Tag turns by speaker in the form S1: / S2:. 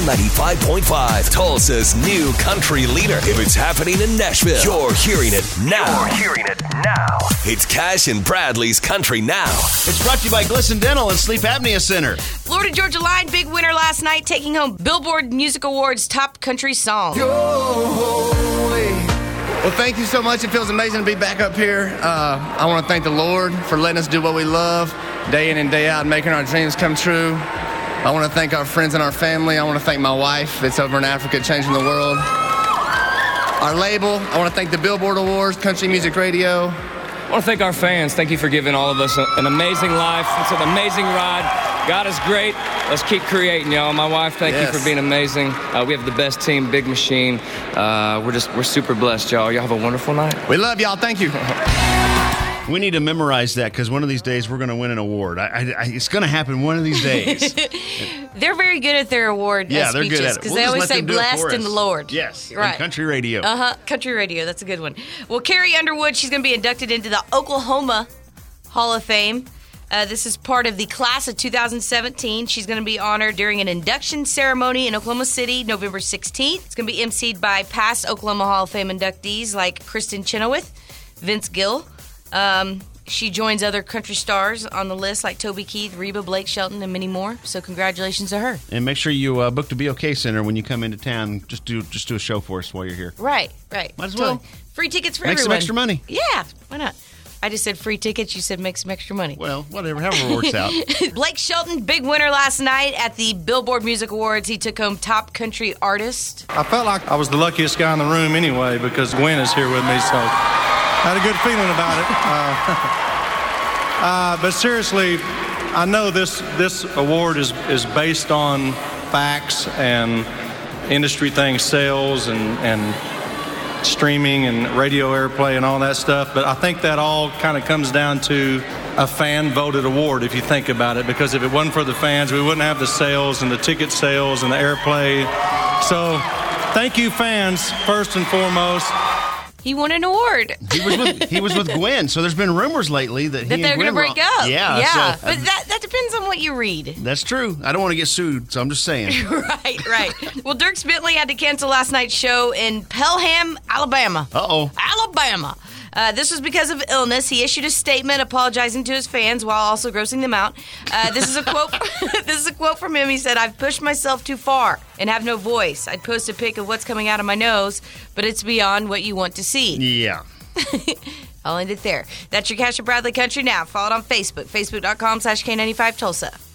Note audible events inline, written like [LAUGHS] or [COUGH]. S1: K95.5, Tulsa's new country leader. If it's happening in Nashville, you're hearing it now.
S2: You're hearing it now.
S1: It's Cash and Bradley's Country Now.
S3: It's brought to you by Glisten Dental and Sleep Apnea Center.
S4: Florida Georgia Line, big winner last night, taking home Billboard Music Awards Top Country Song.
S5: Well, thank you so much. It feels amazing to be back up here. Uh, I want to thank the Lord for letting us do what we love day in and day out and making our dreams come true. I want to thank our friends and our family. I want to thank my wife that's over in Africa changing the world. Our label. I want to thank the Billboard Awards, Country Music Radio.
S6: I want to thank our fans. Thank you for giving all of us a- an amazing life. It's an amazing ride. God is great. Let's keep creating, y'all. My wife, thank you
S5: Yes.
S6: for being amazing. Uh, we have the best team, Big Machine. Uh, we're just we're super blessed, y'all. Y'all have a wonderful night.
S5: We love y'all. Thank you.
S3: We need to memorize that because one of these days we're going to win an award. I, I, I, it's going to happen one of
S5: [LAUGHS]
S3: these days.
S4: They're very good at their award uh,
S3: yeah, they're
S4: speeches
S3: good at it.
S4: because
S3: We'll
S4: they
S3: just
S4: always
S3: let
S4: say
S3: them do it
S4: blessed
S3: for
S4: in
S3: us.
S4: the Lord.
S3: Yes, right.
S4: Right.
S3: And country radio.
S4: Uh huh. Country radio. That's a good one. Well, Carrie Underwood, she's going to be inducted into the Oklahoma Hall of Fame. Uh, this is part of the class of 2017. She's going to be honored during an induction ceremony in Oklahoma City, November 16th. It's going to be emceed by past Oklahoma Hall of Fame inductees like Kristen Chenoweth, Vince Gill. Um, she joins other country stars on the list like Toby Keith, Reba Blake Shelton, and many more. So, congratulations to her.
S3: and make sure you uh, book the BOK Center when you come into town. Just do just do a show for us while you're here.
S4: Right, right.
S3: Might as well.
S4: Totally. Free tickets for
S3: Make some
S4: everyone.
S3: extra money.
S4: Yeah, why not? I just said free tickets. You said make some extra money.
S3: Well, whatever, however it works out.
S4: [LAUGHS] Blake Shelton, big winner last night at the Billboard Music Awards. He took home Top Country Artist.
S7: I felt like I was the luckiest guy in the room anyway because Gwen is here with me, so I had a good feeling about it. Uh, [LAUGHS] uh, but seriously, I know this this award is is based on facts and industry things, sales and and streaming and radio airplay and all that stuff. But I think that all kind of comes down to a fan voted award if you think about it, because if it wasn't for the fans, we wouldn't have the sales and the ticket sales and the airplay. So thank you, fans, first and foremost.
S4: He won an award
S3: He was with he was with Gwen. So there's been rumors lately that,
S4: that
S3: he
S4: they're
S3: and
S4: going to
S3: Gwen were
S4: break
S3: on-
S4: up.
S3: Yeah,
S4: yeah.
S3: so- uh,
S4: but that that depends on what you read. [LAUGHS]
S3: that's true. I don't want to get sued, so I'm just saying.
S4: Right, right. well, Dirk Bentley had to cancel last night's show in Pelham, Alabama.
S3: Uh oh.
S4: Alabama. Uh, this was because of illness. He issued a statement apologizing to his fans while also grossing them out. Uh, this is a quote. [LAUGHS] this is a quote from him. He said, "I've pushed myself too far and have no voice. I'd post a pic of what's coming out of my nose, but it's beyond what you want to see."
S3: Yeah.
S4: I'll end it there. That's your Cash and Bradley Country now. Follow it on Facebook, facebook.com/k95Tulsa.